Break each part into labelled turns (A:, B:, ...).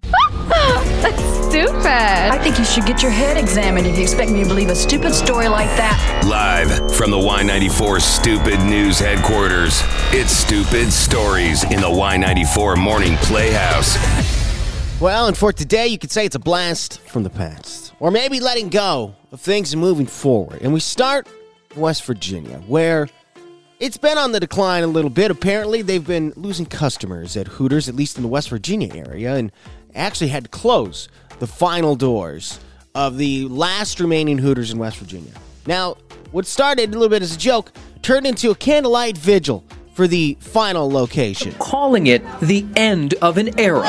A: That's stupid.
B: I think you should get your head examined if you expect me to believe a stupid story like that.
C: Live from the Y94 Stupid News headquarters, it's Stupid Stories in the Y94 Morning Playhouse.
D: Well, and for today, you could say it's a blast from the past, or maybe letting go of things and moving forward. And we start in West Virginia, where it's been on the decline a little bit. Apparently, they've been losing customers at Hooters, at least in the West Virginia area, and actually had to close the final doors of the last remaining Hooters in West Virginia. Now, what started a little bit as a joke turned into a candlelight vigil for the final location.
E: calling it the end of an era.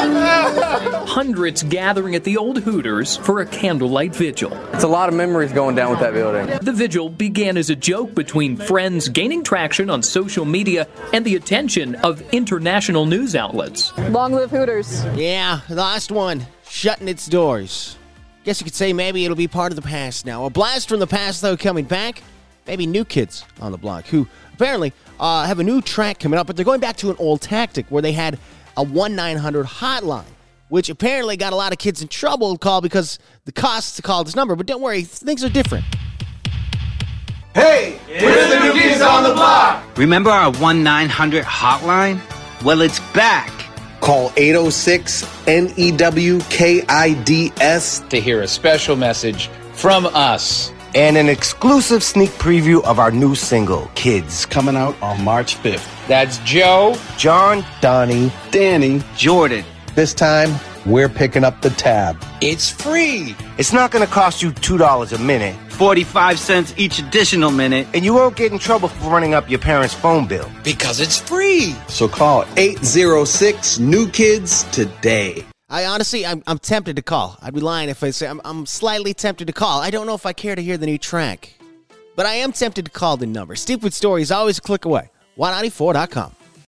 E: Hundreds gathering at the old Hooters for a candlelight vigil.
F: It's a lot of memories going down with that building.
E: The vigil began as a joke between friends gaining traction on social media and the attention of international news outlets.
G: Long live Hooters.
D: Yeah, the last one, shutting its doors. Guess you could say maybe it'll be part of the past now. A blast from the past, though, coming back. Maybe new kids on the block who apparently uh, have a new track coming up, but they're going back to an old tactic where they had a 1 900 hotline, which apparently got a lot of kids in trouble to call because the cost to call this number. But don't worry, things are different.
H: Remember our 1 900 hotline? Well, it's back.
I: Call 806 NEWKIDS
J: to hear a special message from us.
I: and an exclusive sneak preview of our new single, Kids, coming out on March 5th.
J: That's Joe.
I: John, Donnie, Danny,
H: Jordan.
I: this time we're picking up the tab.
J: It's free.
I: It's not going to cost you $2 a minute,
H: 45 cents each additional minute.
I: and you won't get in trouble for running up your parents' phone bill.
J: Because it's free.
I: So call 806 New Kids today.
D: I honestly, I'm, I'm tempted to call. I'd be lying if I say I'm, I'm slightly tempted to call. I don't know if I care to hear the new track, but I am tempted to call the number. Stupid story is always a click away. 194.com.